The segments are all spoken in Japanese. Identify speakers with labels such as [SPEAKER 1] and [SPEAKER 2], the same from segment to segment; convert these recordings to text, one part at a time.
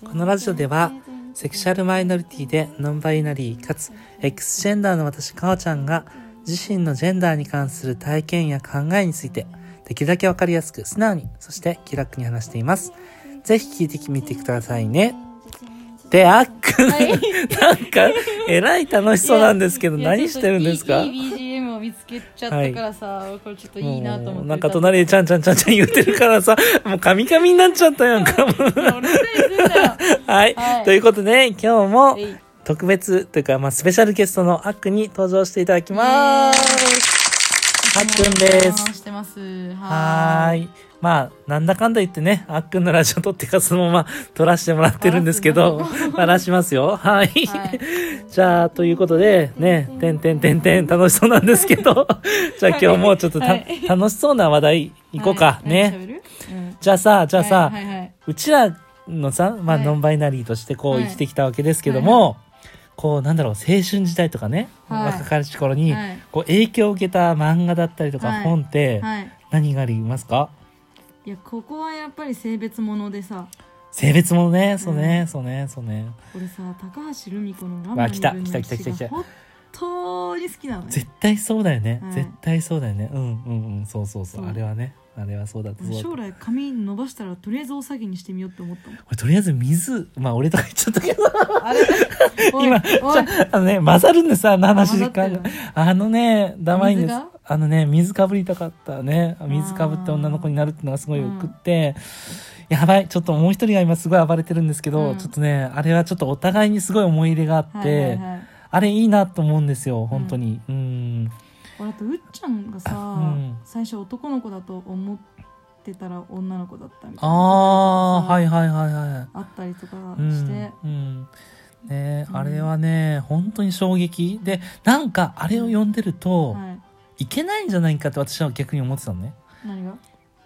[SPEAKER 1] このラジオではセクシャルマイノリティでノンバイナリーかつ X ジェンダーの私かおちゃんが自身のジェンダーに関する体験や考えについてできるだけわかりやすく素直にそして気楽に話していますぜひ聞いてみてくださいねであっくん、なんかえらい楽しそうなんですけど
[SPEAKER 2] いや
[SPEAKER 1] 何してるんですか
[SPEAKER 2] いいいい BGM を見つけちゃったからさ、これちょっといいなと思っ
[SPEAKER 1] も
[SPEAKER 2] て
[SPEAKER 1] うなんか隣でちゃんちゃんちゃんちゃん言ってるからさ、もうカミカミになっちゃったやんか。
[SPEAKER 2] いや俺みたいにすんなよ
[SPEAKER 1] はい、
[SPEAKER 2] はい
[SPEAKER 1] ということで、今日も
[SPEAKER 2] えい
[SPEAKER 1] 特別というか、まあ、スペシャルゲストのあっくんに登場していただきます。あっくんです。
[SPEAKER 2] してます
[SPEAKER 1] はーい。まあ、なんだかんだ言ってね、あっくんのラジオ撮ってかそのまま撮らせてもらってるんですけど
[SPEAKER 2] あらす、
[SPEAKER 1] まあらしますよ。はい。
[SPEAKER 2] はい
[SPEAKER 1] じゃあ、ということで、ね、てんてんてんてん楽しそうなんですけど、じゃあ今日もちょっとた、
[SPEAKER 2] はい
[SPEAKER 1] 楽しそうな話題行こうか、
[SPEAKER 2] はい
[SPEAKER 1] ね。
[SPEAKER 2] 何喋るうん
[SPEAKER 1] じゃあさ、じゃあさ、
[SPEAKER 2] はいはいはいう
[SPEAKER 1] ちらのさ、まあ、
[SPEAKER 2] はい
[SPEAKER 1] ノンバイナリーとしてこう
[SPEAKER 2] はい
[SPEAKER 1] 生きてきたわけですけども、こう、なんだろう、青春時代とかね、
[SPEAKER 2] はい
[SPEAKER 1] 若かりし頃に、
[SPEAKER 2] はい
[SPEAKER 1] こう、影響を受けた漫画だったりとか、
[SPEAKER 2] はい
[SPEAKER 1] 本って、
[SPEAKER 2] はい
[SPEAKER 1] 何がありますか
[SPEAKER 2] いやここはやっぱり性別ものでさ
[SPEAKER 1] 性別もね、そうね、そうね、そうね。
[SPEAKER 2] 俺さ高橋留美子のラン
[SPEAKER 1] わ
[SPEAKER 2] マ
[SPEAKER 1] あ来た
[SPEAKER 2] 二分の
[SPEAKER 1] 来た来た来た来た
[SPEAKER 2] 一が本当に好きなのね
[SPEAKER 1] 絶対そうだよね、
[SPEAKER 2] はい
[SPEAKER 1] 絶対そうだよね。うんうんうん、そうそうそう。
[SPEAKER 2] そう
[SPEAKER 1] あれはね、あれはそうだった。そうだった
[SPEAKER 2] 将来髪伸ばしたらとりあえずおさげにしてみようって思ったもん
[SPEAKER 1] 俺とりあえず水、まあ俺とか言っちゃったけど、
[SPEAKER 2] あれおい
[SPEAKER 1] 今、
[SPEAKER 2] お
[SPEAKER 1] じ
[SPEAKER 2] い
[SPEAKER 1] ゃああのね、混ざるんです、あの話
[SPEAKER 2] あ混ざってる
[SPEAKER 1] あのね、だまいんです
[SPEAKER 2] 水が。
[SPEAKER 1] あのね、水かぶりたかったね。水かぶって女の子になるっていうのがすごいよくって、やばい、ちょっともう一人が今すごい暴れてるんですけど、
[SPEAKER 2] うん
[SPEAKER 1] ちょっとね、あれはちょっとお互いにすごい思い入れがあって、
[SPEAKER 2] はいはいはい
[SPEAKER 1] あれいいなと思うんですよ、本当に。うん。
[SPEAKER 2] 俺あとうっちゃんがさ、
[SPEAKER 1] うん
[SPEAKER 2] 最初男の子だと思ってたら女の子だったみたいな
[SPEAKER 1] ああ、はいいはいはいはい。
[SPEAKER 2] あったりとか
[SPEAKER 1] うん
[SPEAKER 2] して、
[SPEAKER 1] うんね
[SPEAKER 2] うん
[SPEAKER 1] あれはね本当に衝撃でなんかあれを読んでると、
[SPEAKER 2] はい
[SPEAKER 1] いけないんじゃないかって私は逆に思ってたのね
[SPEAKER 2] 何が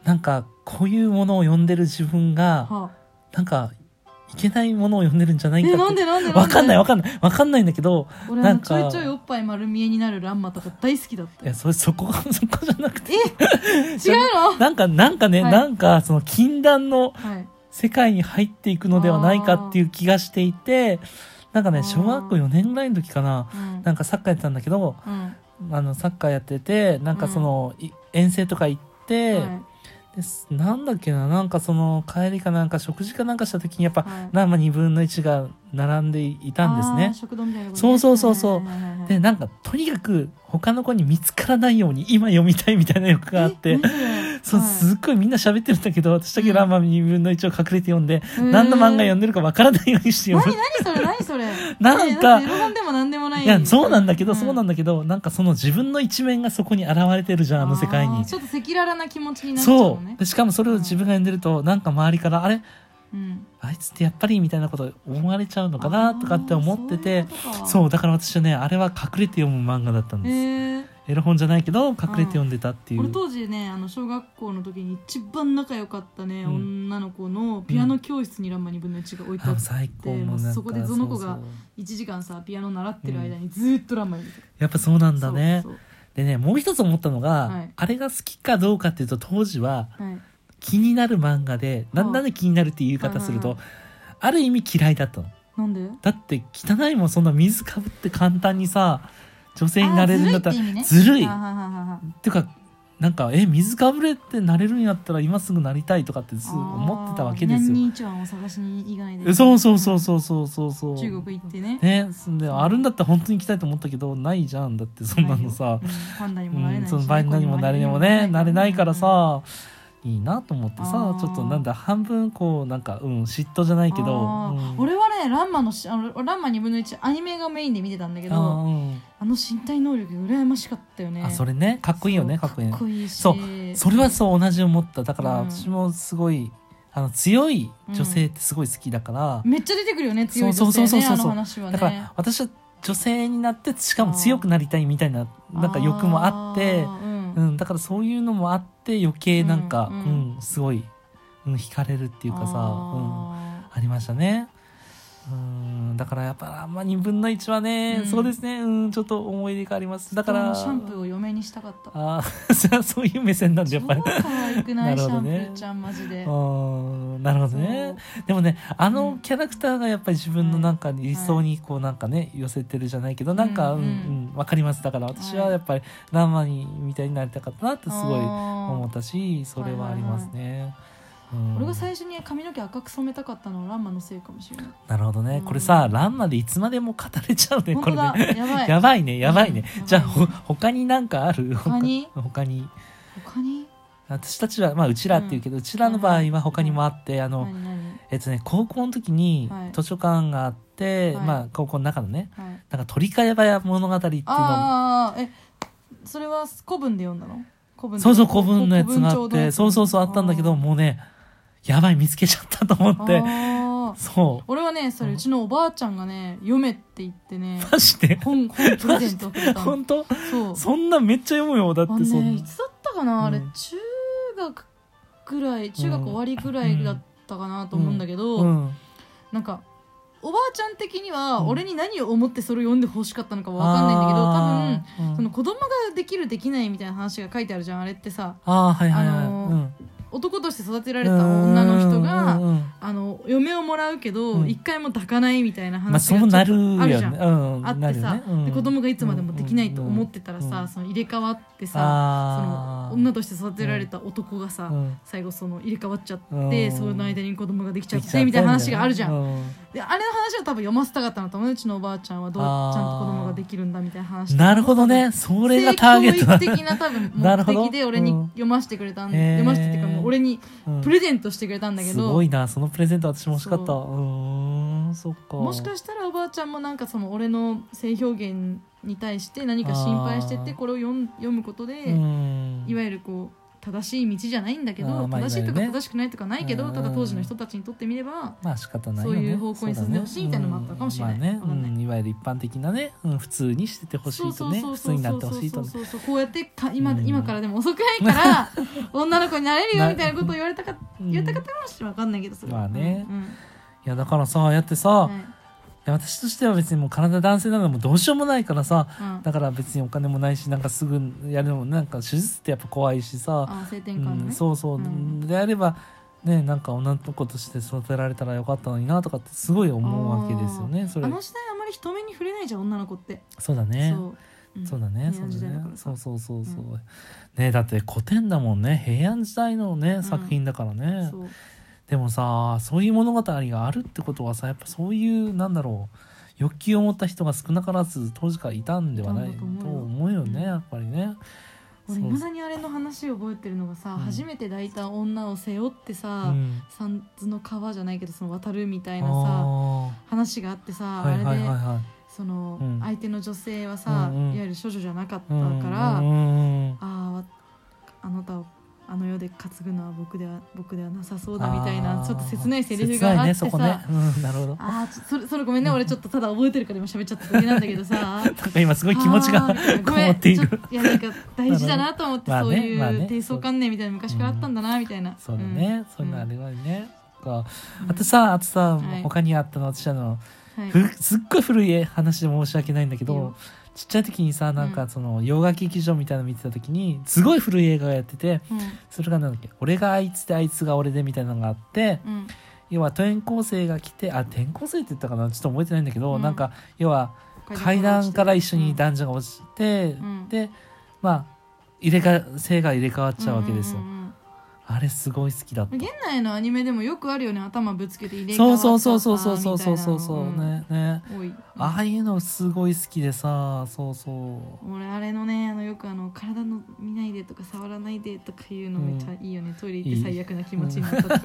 [SPEAKER 1] なんかこういうものを読んでる自分が
[SPEAKER 2] はあ
[SPEAKER 1] なんかいけないものを読んでるんじゃない
[SPEAKER 2] え
[SPEAKER 1] か
[SPEAKER 2] なん
[SPEAKER 1] って
[SPEAKER 2] でなんで
[SPEAKER 1] わかんないわ
[SPEAKER 2] わ
[SPEAKER 1] かんないわかんないんだけど
[SPEAKER 2] 俺
[SPEAKER 1] な
[SPEAKER 2] あ
[SPEAKER 1] ん
[SPEAKER 2] の
[SPEAKER 1] か
[SPEAKER 2] ちょいちょいおっぱい丸見えになるランマとか大好きだっ
[SPEAKER 1] い
[SPEAKER 2] た
[SPEAKER 1] や
[SPEAKER 2] よ
[SPEAKER 1] それそこそこじゃな くて
[SPEAKER 2] え違うの
[SPEAKER 1] なんかなんかね、
[SPEAKER 2] はい
[SPEAKER 1] なんかその禁断の
[SPEAKER 2] はい
[SPEAKER 1] 世界に入っていくのではないかっていう気がしていてなんか
[SPEAKER 2] あ
[SPEAKER 1] ね
[SPEAKER 2] ー
[SPEAKER 1] 小学校4年ぐらいの時かな
[SPEAKER 2] うん
[SPEAKER 1] なんかサッカーやってたんだけど
[SPEAKER 2] うん
[SPEAKER 1] あのサッカーやっててなんかその、い遠征とか行って、
[SPEAKER 2] はい
[SPEAKER 1] ですなんだっけななんかその帰りかなんか食事かなんかした時にやっぱ、
[SPEAKER 2] はい
[SPEAKER 1] 生2分の1が並んでいたんです
[SPEAKER 2] あー
[SPEAKER 1] ね。
[SPEAKER 2] 食堂みたいなとこね
[SPEAKER 1] そうそうそうそう
[SPEAKER 2] はいはいはいはい
[SPEAKER 1] でなんかとにかく他の子に見つからないように今読みたいみたいな欲があって
[SPEAKER 2] え。マジで
[SPEAKER 1] そう
[SPEAKER 2] はい
[SPEAKER 1] すっごいみんな喋ってるんだけど私だけランマ2分の1を隠れて読んで、
[SPEAKER 2] うん
[SPEAKER 1] 何の漫画読んでるかわからないようにして読む
[SPEAKER 2] 何何それ何それ
[SPEAKER 1] なんか
[SPEAKER 2] えだってエロ本でも何でもない
[SPEAKER 1] いやそうなんだけど、そうなん
[SPEAKER 2] だ
[SPEAKER 1] だけどなんかその自分の一面がそこに現れてるじゃんあの世界に
[SPEAKER 2] ちょっと赤裸々な気持ちになっちゃう
[SPEAKER 1] そ
[SPEAKER 2] のね
[SPEAKER 1] うでしかもそれを自分が読んでると、なんか周りから「あれ
[SPEAKER 2] うん
[SPEAKER 1] あいつってやっぱり」みたいなこと思われちゃうのかなとかって思ってて
[SPEAKER 2] あーそういうことか
[SPEAKER 1] そうだから私はねあれは隠れて読む漫画だったんで
[SPEAKER 2] へ
[SPEAKER 1] す、
[SPEAKER 2] え
[SPEAKER 1] エロ本じゃないけど隠れて読んでたっていう、
[SPEAKER 2] 俺当時ねあの小学校の時に一番仲良かったね、
[SPEAKER 1] うん
[SPEAKER 2] 女の子のピアノ教室にランマ2分の1が置いてあ
[SPEAKER 1] あ
[SPEAKER 2] って、
[SPEAKER 1] 最高
[SPEAKER 2] で
[SPEAKER 1] もう
[SPEAKER 2] もう
[SPEAKER 1] なんか
[SPEAKER 2] そこでその子が
[SPEAKER 1] うそう
[SPEAKER 2] 1時間さピアノ習ってる間にずーっとランマに
[SPEAKER 1] やっぱそうなんだね
[SPEAKER 2] そう
[SPEAKER 1] でねもう一つ思ったのが、
[SPEAKER 2] はい
[SPEAKER 1] あれが好きかどうかっていうと当時は
[SPEAKER 2] そうはい
[SPEAKER 1] 気になる漫画でなん
[SPEAKER 2] うん
[SPEAKER 1] なんで気になるっていう言い方すると、
[SPEAKER 2] うん
[SPEAKER 1] ある意味嫌いだったの
[SPEAKER 2] なんで
[SPEAKER 1] だって汚いもんそんな水かぶって簡単にさ女性になれるんだったら
[SPEAKER 2] あーずる
[SPEAKER 1] ずる
[SPEAKER 2] いって意味ね
[SPEAKER 1] い
[SPEAKER 2] あはははは
[SPEAKER 1] てかなんかえ水かぶれってなれるんやったら今すぐなりたいとかってす
[SPEAKER 2] あ
[SPEAKER 1] ぐ
[SPEAKER 2] ー
[SPEAKER 1] 思ってたわけですよ
[SPEAKER 2] 南にを探しに行かないで
[SPEAKER 1] えそうそうそうそうそうそうそう
[SPEAKER 2] 中国行ってね
[SPEAKER 1] ねそんであるんだったら本当に行きたいと思ったけどないじゃんだってそんなのさ
[SPEAKER 2] うんパンダにもなれ
[SPEAKER 1] う
[SPEAKER 2] なんい
[SPEAKER 1] その場合に何も誰にもねなれないから、さいいなと思って
[SPEAKER 2] あ
[SPEAKER 1] さ
[SPEAKER 2] ー
[SPEAKER 1] ちょっとなんだ半分こうなんかうん嫉妬じゃないけど
[SPEAKER 2] あー
[SPEAKER 1] うん
[SPEAKER 2] 俺はねランマのしあのランマ2分の1アニメがメインで見てたんだけど
[SPEAKER 1] あ
[SPEAKER 2] あ
[SPEAKER 1] ーうん
[SPEAKER 2] の身体能力羨ましかったよね
[SPEAKER 1] あそれねかっこいいよね
[SPEAKER 2] そ
[SPEAKER 1] かっこ
[SPEAKER 2] う
[SPEAKER 1] いいね
[SPEAKER 2] かっこいいし
[SPEAKER 1] そうそれはそう同じ思っただから
[SPEAKER 2] うん
[SPEAKER 1] 私もすごいあの強い女性ってすごい好きだから、
[SPEAKER 2] めっちゃ出てくるよね強い
[SPEAKER 1] そうそ
[SPEAKER 2] 女性
[SPEAKER 1] うそう
[SPEAKER 2] ね
[SPEAKER 1] そう
[SPEAKER 2] あ
[SPEAKER 1] そう
[SPEAKER 2] の話はね
[SPEAKER 1] だから私は女性になってしかも強くなりたいみたいななんか欲もあって
[SPEAKER 2] ーうん
[SPEAKER 1] うん、だからそういうのもあって余計なんか、う
[SPEAKER 2] うんん
[SPEAKER 1] すごい、うん、惹かれるっていうかさあ,、うん、
[SPEAKER 2] あ
[SPEAKER 1] ありましたね。うんだからやっぱあんま2分の1はね、
[SPEAKER 2] うん
[SPEAKER 1] そうですねうんちょっと思い出がありますだから
[SPEAKER 2] シャンプーを嫁にしたかった
[SPEAKER 1] ああじゃあ そういう目線なんでやっぱり
[SPEAKER 2] 超可愛くな
[SPEAKER 1] な
[SPEAKER 2] い
[SPEAKER 1] るほ
[SPEAKER 2] シャ
[SPEAKER 1] ど
[SPEAKER 2] ンプ
[SPEAKER 1] ね
[SPEAKER 2] ーちゃんマジで
[SPEAKER 1] うんなるほどねでもねあのキャラクターがやっぱり自分のなんか理想にこうなんかね寄せてるじゃないけどなんか
[SPEAKER 2] う
[SPEAKER 1] うんん
[SPEAKER 2] うん
[SPEAKER 1] うんわかりますだから私はやっぱりランマにみたいになりたかったなってすごい思
[SPEAKER 2] 思
[SPEAKER 1] ったしそれはありますね。うん
[SPEAKER 2] 俺が最初に髪の毛赤く染めたかったのはランマのせいかもしれない
[SPEAKER 1] なるほどねこれさランマでいつまでも語れちゃうね
[SPEAKER 2] 本
[SPEAKER 1] こ
[SPEAKER 2] 当
[SPEAKER 1] れ
[SPEAKER 2] だ
[SPEAKER 1] ね。
[SPEAKER 2] やばい
[SPEAKER 1] やばいねやばいね
[SPEAKER 2] うん
[SPEAKER 1] じゃあほ他になんかある
[SPEAKER 2] 他に
[SPEAKER 1] 他に
[SPEAKER 2] 他に
[SPEAKER 1] 私たちはまあうちらっていうけどうちらの場合は他にもあってあの、
[SPEAKER 2] 何何
[SPEAKER 1] えっとね、高校の時に
[SPEAKER 2] はい
[SPEAKER 1] 図書館があって、
[SPEAKER 2] はい
[SPEAKER 1] まあ、高校の中のね
[SPEAKER 2] はい
[SPEAKER 1] なんか鳥飼屋物語っていうの
[SPEAKER 2] ああえそれは古文で読んだの古文
[SPEAKER 1] そうそう古文のやつがあ
[SPEAKER 2] 古文帳
[SPEAKER 1] っ
[SPEAKER 2] のや
[SPEAKER 1] て
[SPEAKER 2] つ
[SPEAKER 1] そうそうそうあったんだけどもうねやばい見つけちゃったと思って
[SPEAKER 2] あー
[SPEAKER 1] そ
[SPEAKER 2] 俺はねそれ
[SPEAKER 1] うん
[SPEAKER 2] うちのおばあちゃんがね読めって言っ てね
[SPEAKER 1] うマジで
[SPEAKER 2] 本本プレゼントくれたの
[SPEAKER 1] 本当
[SPEAKER 2] そう
[SPEAKER 1] そんなめっちゃ読むよだっ
[SPEAKER 2] あ
[SPEAKER 1] てそ
[SPEAKER 2] の
[SPEAKER 1] ん
[SPEAKER 2] ねい
[SPEAKER 1] な
[SPEAKER 2] つだったかなあれ
[SPEAKER 1] うん
[SPEAKER 2] 中学ぐらい中学終わりぐらいだったかなと思うんだけど、
[SPEAKER 1] うん
[SPEAKER 2] なんかおばあちゃん的には
[SPEAKER 1] うん
[SPEAKER 2] 俺に何を思ってそれを読んでほしかったのかわかんないんだけど多分
[SPEAKER 1] あーうん
[SPEAKER 2] その子供ができるできないみたいな話が書いてあるじゃんあれってさ
[SPEAKER 1] あーはいはいはい、
[SPEAKER 2] あのー
[SPEAKER 1] うん
[SPEAKER 2] 男として育てられた女の人
[SPEAKER 1] うん
[SPEAKER 2] が
[SPEAKER 1] うんうん
[SPEAKER 2] あの嫁をもらうけ
[SPEAKER 1] う
[SPEAKER 2] ど
[SPEAKER 1] ん
[SPEAKER 2] 一回も抱かないみたいな
[SPEAKER 1] まあ
[SPEAKER 2] 話
[SPEAKER 1] そ
[SPEAKER 2] がちょ
[SPEAKER 1] う
[SPEAKER 2] っと
[SPEAKER 1] なるよ
[SPEAKER 2] あ
[SPEAKER 1] ね
[SPEAKER 2] るじゃん
[SPEAKER 1] うん
[SPEAKER 2] あってさ、で子供がいつまでもできないと思ってたら
[SPEAKER 1] うんうん
[SPEAKER 2] さその入れ替わってさそ
[SPEAKER 1] あ
[SPEAKER 2] の女として育てられた男がさ、
[SPEAKER 1] とうん、
[SPEAKER 2] 最後その入れ替わっちゃ
[SPEAKER 1] う
[SPEAKER 2] って、
[SPEAKER 1] ん
[SPEAKER 2] その間に子供ができちゃ
[SPEAKER 1] で
[SPEAKER 2] っ
[SPEAKER 1] きちゃって
[SPEAKER 2] みたいな話があるじゃん、
[SPEAKER 1] うん
[SPEAKER 2] であれの話を多分読ませたかったのと思ううちのおばあちゃんはどうち
[SPEAKER 1] あー
[SPEAKER 2] ゃんと子供ができるんだみたいな話
[SPEAKER 1] なるほどねそ
[SPEAKER 2] こ
[SPEAKER 1] れがターゲットだ、
[SPEAKER 2] 的な多分
[SPEAKER 1] なるほ
[SPEAKER 2] 目
[SPEAKER 1] ど
[SPEAKER 2] 的で俺に
[SPEAKER 1] うん
[SPEAKER 2] 読ませてくれたん、
[SPEAKER 1] へー
[SPEAKER 2] 読ませてっていうかもう俺に
[SPEAKER 1] うん
[SPEAKER 2] プレゼントしてくれたんだけ
[SPEAKER 1] す
[SPEAKER 2] ど、
[SPEAKER 1] ごいなそのプレゼント私も欲しかった
[SPEAKER 2] そう
[SPEAKER 1] うーんそっか
[SPEAKER 2] もしかしたらおばあちゃんもなんかその俺の性表現に対して何か心配してて
[SPEAKER 1] あー
[SPEAKER 2] これを読ん読むことで、
[SPEAKER 1] うん
[SPEAKER 2] いわゆるこう正しい道じゃないんだけ
[SPEAKER 1] あ
[SPEAKER 2] ど、
[SPEAKER 1] ーまあ
[SPEAKER 2] 正しいと
[SPEAKER 1] いわ
[SPEAKER 2] か
[SPEAKER 1] ゆるね
[SPEAKER 2] 正しくないとかないけど、
[SPEAKER 1] うん
[SPEAKER 2] ただ当時の人たちにとってみれば、
[SPEAKER 1] まあ仕方ないよ
[SPEAKER 2] そう
[SPEAKER 1] ね
[SPEAKER 2] いう方向に進んでほしいみたいなのもあったかもしれない
[SPEAKER 1] そうだね
[SPEAKER 2] わかんない
[SPEAKER 1] うんいわゆる一般的なね、うん、普通にしててほしいとね普通になってほしいとね
[SPEAKER 2] そうそうそうこうやってか今,、
[SPEAKER 1] うん
[SPEAKER 2] 今からでも遅くないから 女の子になれるよ
[SPEAKER 1] な
[SPEAKER 2] みたいなことを言われたか言ったかったかもしれないわかんないけどそれは
[SPEAKER 1] まあね
[SPEAKER 2] うん
[SPEAKER 1] いやだからさああやってさ、い
[SPEAKER 2] うんはい
[SPEAKER 1] や私としては別にもう体男性なのもどうしようもないからさ
[SPEAKER 2] うん
[SPEAKER 1] だから別にお金もないしなんかすぐやるのもなんか手術ってやっぱ怖いしさ、
[SPEAKER 2] あ性転換のね、
[SPEAKER 1] うん、そうそう、
[SPEAKER 2] うん
[SPEAKER 1] であればねなんか女の子として育てられたらよかったのになとかってすごい思うわけですよねそれ
[SPEAKER 2] あの時代あまり人目に触れないじゃん女の子って、
[SPEAKER 1] そうだね
[SPEAKER 2] そう,うん、
[SPEAKER 1] そうだね、そう
[SPEAKER 2] 平安時
[SPEAKER 1] だ
[SPEAKER 2] 代
[SPEAKER 1] ね
[SPEAKER 2] からさ
[SPEAKER 1] そうそうそうそう、ねだって古典だもんね平安時代のね
[SPEAKER 2] ん
[SPEAKER 1] 作品だからね、
[SPEAKER 2] そう
[SPEAKER 1] でもさそういう物語があるってことはさやっぱそういうなんだろう欲求を持った人が少なからず当時からいたんではない
[SPEAKER 2] いた
[SPEAKER 1] と
[SPEAKER 2] んだと
[SPEAKER 1] 思
[SPEAKER 2] 思
[SPEAKER 1] う
[SPEAKER 2] う
[SPEAKER 1] よ
[SPEAKER 2] よ
[SPEAKER 1] ねやっぱりね。
[SPEAKER 2] 俺い
[SPEAKER 1] そう
[SPEAKER 2] まだにあれの話を覚えてるのがさ、
[SPEAKER 1] うん
[SPEAKER 2] 初めて抱いた女を背負って
[SPEAKER 1] う
[SPEAKER 2] さ、
[SPEAKER 1] ん
[SPEAKER 2] 三途の川じゃないけどその渡るみたいなさ
[SPEAKER 1] あ
[SPEAKER 2] 話があってさ、
[SPEAKER 1] ーはいはい
[SPEAKER 2] あれ
[SPEAKER 1] は
[SPEAKER 2] で、
[SPEAKER 1] いはい
[SPEAKER 2] その、
[SPEAKER 1] うん
[SPEAKER 2] 相手の女性はさ、
[SPEAKER 1] うんうん
[SPEAKER 2] いわゆる処女じゃなかったか
[SPEAKER 1] う
[SPEAKER 2] ら、
[SPEAKER 1] ん
[SPEAKER 2] あ
[SPEAKER 1] うんうん
[SPEAKER 2] あわあなたをあの世で担ぐのは僕では僕ではなさそうだみたいな
[SPEAKER 1] あー
[SPEAKER 2] ちょっと切ないセリフがあってさ、
[SPEAKER 1] 切ないねそこね、うん、な るほど
[SPEAKER 2] あーちょそれそれごめんね俺ちょっとただ覚えてるから今喋っちゃっただけなんだけどさ
[SPEAKER 1] なんか今すごい気持ちが
[SPEAKER 2] あーみたいな
[SPEAKER 1] こ
[SPEAKER 2] ご
[SPEAKER 1] も
[SPEAKER 2] めん
[SPEAKER 1] ってい
[SPEAKER 2] ちょ
[SPEAKER 1] る
[SPEAKER 2] っといやなんか大事だなと思って、
[SPEAKER 1] まあ
[SPEAKER 2] そう
[SPEAKER 1] ね
[SPEAKER 2] い
[SPEAKER 1] まあね
[SPEAKER 2] う低層観念みたいなの昔からあったんだなみたいな、
[SPEAKER 1] そうだね、
[SPEAKER 2] う
[SPEAKER 1] そ
[SPEAKER 2] ん
[SPEAKER 1] ういうのあれはね、そっか
[SPEAKER 2] うん
[SPEAKER 1] あとさあとさ、
[SPEAKER 2] はい
[SPEAKER 1] 他にあったの私あの、
[SPEAKER 2] はい
[SPEAKER 1] ふすっごい古い話で申し訳ないんだけ
[SPEAKER 2] いい
[SPEAKER 1] ど
[SPEAKER 2] よ
[SPEAKER 1] ちっちゃい時にさなん
[SPEAKER 2] う
[SPEAKER 1] か
[SPEAKER 2] ん
[SPEAKER 1] その洋画劇場みたいなの見てた時にすごい古い映画がやってて
[SPEAKER 2] うん
[SPEAKER 1] それがなんだっけ俺があいつであいつが俺でみたいなのがあって
[SPEAKER 2] うん
[SPEAKER 1] 要は転校生が来てあ転校生って言ったかなちょっと覚えてないんだけど、
[SPEAKER 2] うん
[SPEAKER 1] なんか要は階段から一緒に男女が落ちて、
[SPEAKER 2] うん
[SPEAKER 1] でまあ入れ替性が入れ替わっちゃうわけですよ、
[SPEAKER 2] うんうんうん
[SPEAKER 1] あれすごい好きだった
[SPEAKER 2] 現代のアニメでもよくあるよね頭ぶつけて入れ替わ
[SPEAKER 1] そ
[SPEAKER 2] っ
[SPEAKER 1] う
[SPEAKER 2] ちゃ
[SPEAKER 1] そう
[SPEAKER 2] った
[SPEAKER 1] そう
[SPEAKER 2] みたいな
[SPEAKER 1] そうそうそうそうそうそう、ねね
[SPEAKER 2] うん多い
[SPEAKER 1] ああいうのすごい好きでさそうそう
[SPEAKER 2] 俺あれのねあのよくあの体の見ないでとか触らないでとかいうのめっちゃいいよね、トイレ行って最悪な気持ちになったとか、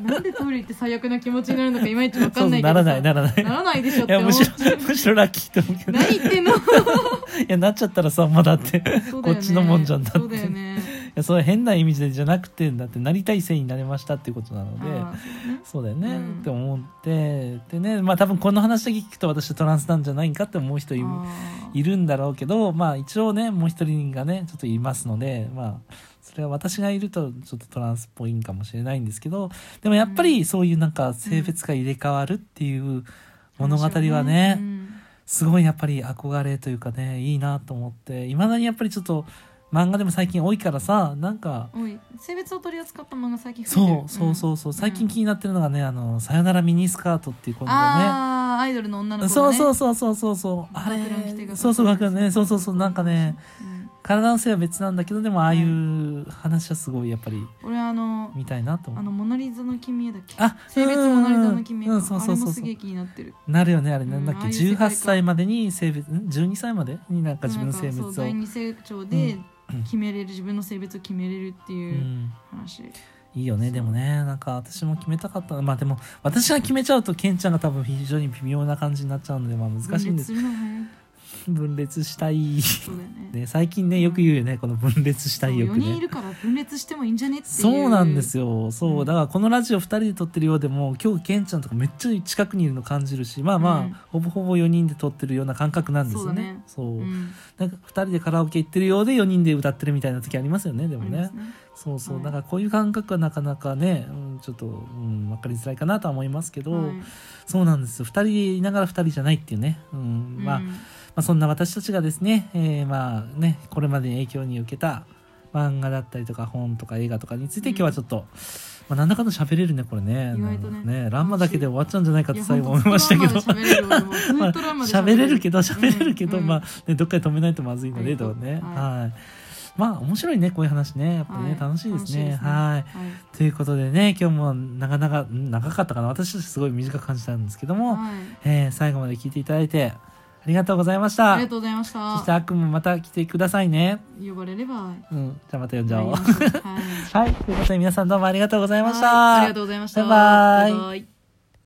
[SPEAKER 2] なんでトイレ行って最悪な気持ちになるのかいまいちわか
[SPEAKER 1] そうんそ
[SPEAKER 2] な
[SPEAKER 1] うなら
[SPEAKER 2] いけどさ
[SPEAKER 1] ないならない
[SPEAKER 2] ならないでしょっ
[SPEAKER 1] い
[SPEAKER 2] て
[SPEAKER 1] や
[SPEAKER 2] 思
[SPEAKER 1] む
[SPEAKER 2] っ
[SPEAKER 1] し
[SPEAKER 2] ち
[SPEAKER 1] ろ
[SPEAKER 2] ゃう
[SPEAKER 1] むしろラッキーと思うけどい
[SPEAKER 2] 何言ってんの
[SPEAKER 1] やなっちゃったらさまあだって
[SPEAKER 2] そう
[SPEAKER 1] こ
[SPEAKER 2] だよね
[SPEAKER 1] っちのもんじゃんだって
[SPEAKER 2] そうだよね
[SPEAKER 1] いやそれ変な意味でじゃなくてだってなりたい性になれましたっていうことなので
[SPEAKER 2] ああ
[SPEAKER 1] そ
[SPEAKER 2] そうね
[SPEAKER 1] うだよね、
[SPEAKER 2] うん
[SPEAKER 1] って思ってでねまあ多分この話だけ聞くと私はトランスなんじゃないかって思う人いる
[SPEAKER 2] ああ
[SPEAKER 1] いるんだろうけどまあ一応ねもう一人がねちょっといますのでまあそれは私がいるとちょっとトランスっぽいんかもしれないんですけどでもやっぱりそういうなんか性別が入れ替わるっていう物語はね、
[SPEAKER 2] うん
[SPEAKER 1] すごいやっぱり憧れというかねいいなと思っていまだにやっぱりちょっと漫画でも最近多いからさなんか
[SPEAKER 2] おい性別を取り扱った漫画最近増えてる
[SPEAKER 1] そうそうそうそう最近
[SPEAKER 2] うん
[SPEAKER 1] 気になってるのがね「あのさよならミニスカート」っていう今度ね
[SPEAKER 2] ああアイドルの女の子
[SPEAKER 1] そうそううそうそうそうそうあ
[SPEAKER 2] 学ラン着てくださ
[SPEAKER 1] れそう
[SPEAKER 2] い
[SPEAKER 1] そう学ランねそうそうそうなんかね
[SPEAKER 2] ん
[SPEAKER 1] 体の性は別なんだけどでもああいう話はすごいやっぱり
[SPEAKER 2] 俺あの
[SPEAKER 1] 見たいなと
[SPEAKER 2] あ
[SPEAKER 1] 思
[SPEAKER 2] のモナリザの君へだっけ
[SPEAKER 1] あ
[SPEAKER 2] 性別モナリザの君へ
[SPEAKER 1] う
[SPEAKER 2] か
[SPEAKER 1] んうんそう
[SPEAKER 2] あ
[SPEAKER 1] そ
[SPEAKER 2] れ
[SPEAKER 1] うそうそう
[SPEAKER 2] もすげえ気になってる
[SPEAKER 1] うなるよねあれなんだっ
[SPEAKER 2] うん
[SPEAKER 1] け
[SPEAKER 2] ああいう世界観
[SPEAKER 1] 18歳までに性別ん12歳までになんか自分の性別
[SPEAKER 2] なんかそう
[SPEAKER 1] を
[SPEAKER 2] 第二成長で
[SPEAKER 1] うん
[SPEAKER 2] 決めれる自分の性別を決めれるって
[SPEAKER 1] う
[SPEAKER 2] いうん話
[SPEAKER 1] いいよね
[SPEAKER 2] そう
[SPEAKER 1] でもねなんか私も決めたかったなまあでも私が決めちゃうとケンちゃんが多分非常に微妙な感じになっちゃうのでまあ難しいんです
[SPEAKER 2] 分裂るのね
[SPEAKER 1] 分裂したい
[SPEAKER 2] そうだよね
[SPEAKER 1] ね最近ねよく言うよねこの分裂したい
[SPEAKER 2] そう
[SPEAKER 1] 欲
[SPEAKER 2] 4人い
[SPEAKER 1] ね
[SPEAKER 2] るから分裂してもいいんじゃねっていう
[SPEAKER 1] そうなんですよそううんだからこのラジオ2人で撮ってるようでも今日ケンちゃんとかめっちゃ近くにいるの感じるしまあまあ、
[SPEAKER 2] うん
[SPEAKER 1] ほぼほぼ4人で撮ってるような感覚なんですよねそう
[SPEAKER 2] うん
[SPEAKER 1] なんか2人でカラオケ行ってるようで4人で歌ってるみたいな時ありますよねでも
[SPEAKER 2] あり
[SPEAKER 1] ね
[SPEAKER 2] ますね
[SPEAKER 1] そうそう、
[SPEAKER 2] はい
[SPEAKER 1] だからこういう感覚はなかなかね、うん、ちょっと、うん、分かりづらいかなとは思いますけど、
[SPEAKER 2] はい
[SPEAKER 1] そうなんですよ2人いながら2人じゃないっていうね、うんまあ
[SPEAKER 2] う
[SPEAKER 1] ま
[SPEAKER 2] ん
[SPEAKER 1] あ、そんな私たちがですね,、えーまあねこれまでに影響に受けた漫画だったりとか本とか映画とかについて
[SPEAKER 2] う
[SPEAKER 1] 今
[SPEAKER 2] ん
[SPEAKER 1] 日はちょっと、まあ、なんだかんだ喋れるねこれね
[SPEAKER 2] 意外とね
[SPEAKER 1] なんかランマだけで終わっちゃうんじゃないかっ
[SPEAKER 2] い
[SPEAKER 1] て
[SPEAKER 2] や
[SPEAKER 1] 最後思いましたけど
[SPEAKER 2] 本当ずっとラーマで
[SPEAKER 1] ま あ
[SPEAKER 2] 喋れる俺もずっとラーマで
[SPEAKER 1] 喋れるけど喋れるけど、
[SPEAKER 2] うんうん
[SPEAKER 1] まあね、どっかで止めないとまずいの
[SPEAKER 2] は
[SPEAKER 1] で
[SPEAKER 2] い
[SPEAKER 1] とね、はい
[SPEAKER 2] はい
[SPEAKER 1] まあ面白いねこういう話ねやっぱりね、
[SPEAKER 2] はい
[SPEAKER 1] 楽しいですね
[SPEAKER 2] 楽しいですね
[SPEAKER 1] はい
[SPEAKER 2] はい
[SPEAKER 1] ということでね今日も長々ん長かったかな私たちすごい短く感じたんですけども、
[SPEAKER 2] はい
[SPEAKER 1] えー最後まで聞いていただいてありがとうございまし
[SPEAKER 2] あ
[SPEAKER 1] た
[SPEAKER 2] りがとうございまし
[SPEAKER 1] そして
[SPEAKER 2] た
[SPEAKER 1] あっくんもまた来てくださいね
[SPEAKER 2] 呼ばれれば
[SPEAKER 1] うんじゃあまた呼んじゃ おう
[SPEAKER 2] はい
[SPEAKER 1] はいということで皆さんどうもありがとうございました、
[SPEAKER 2] はいありがとうございました
[SPEAKER 1] バイバイ
[SPEAKER 2] イ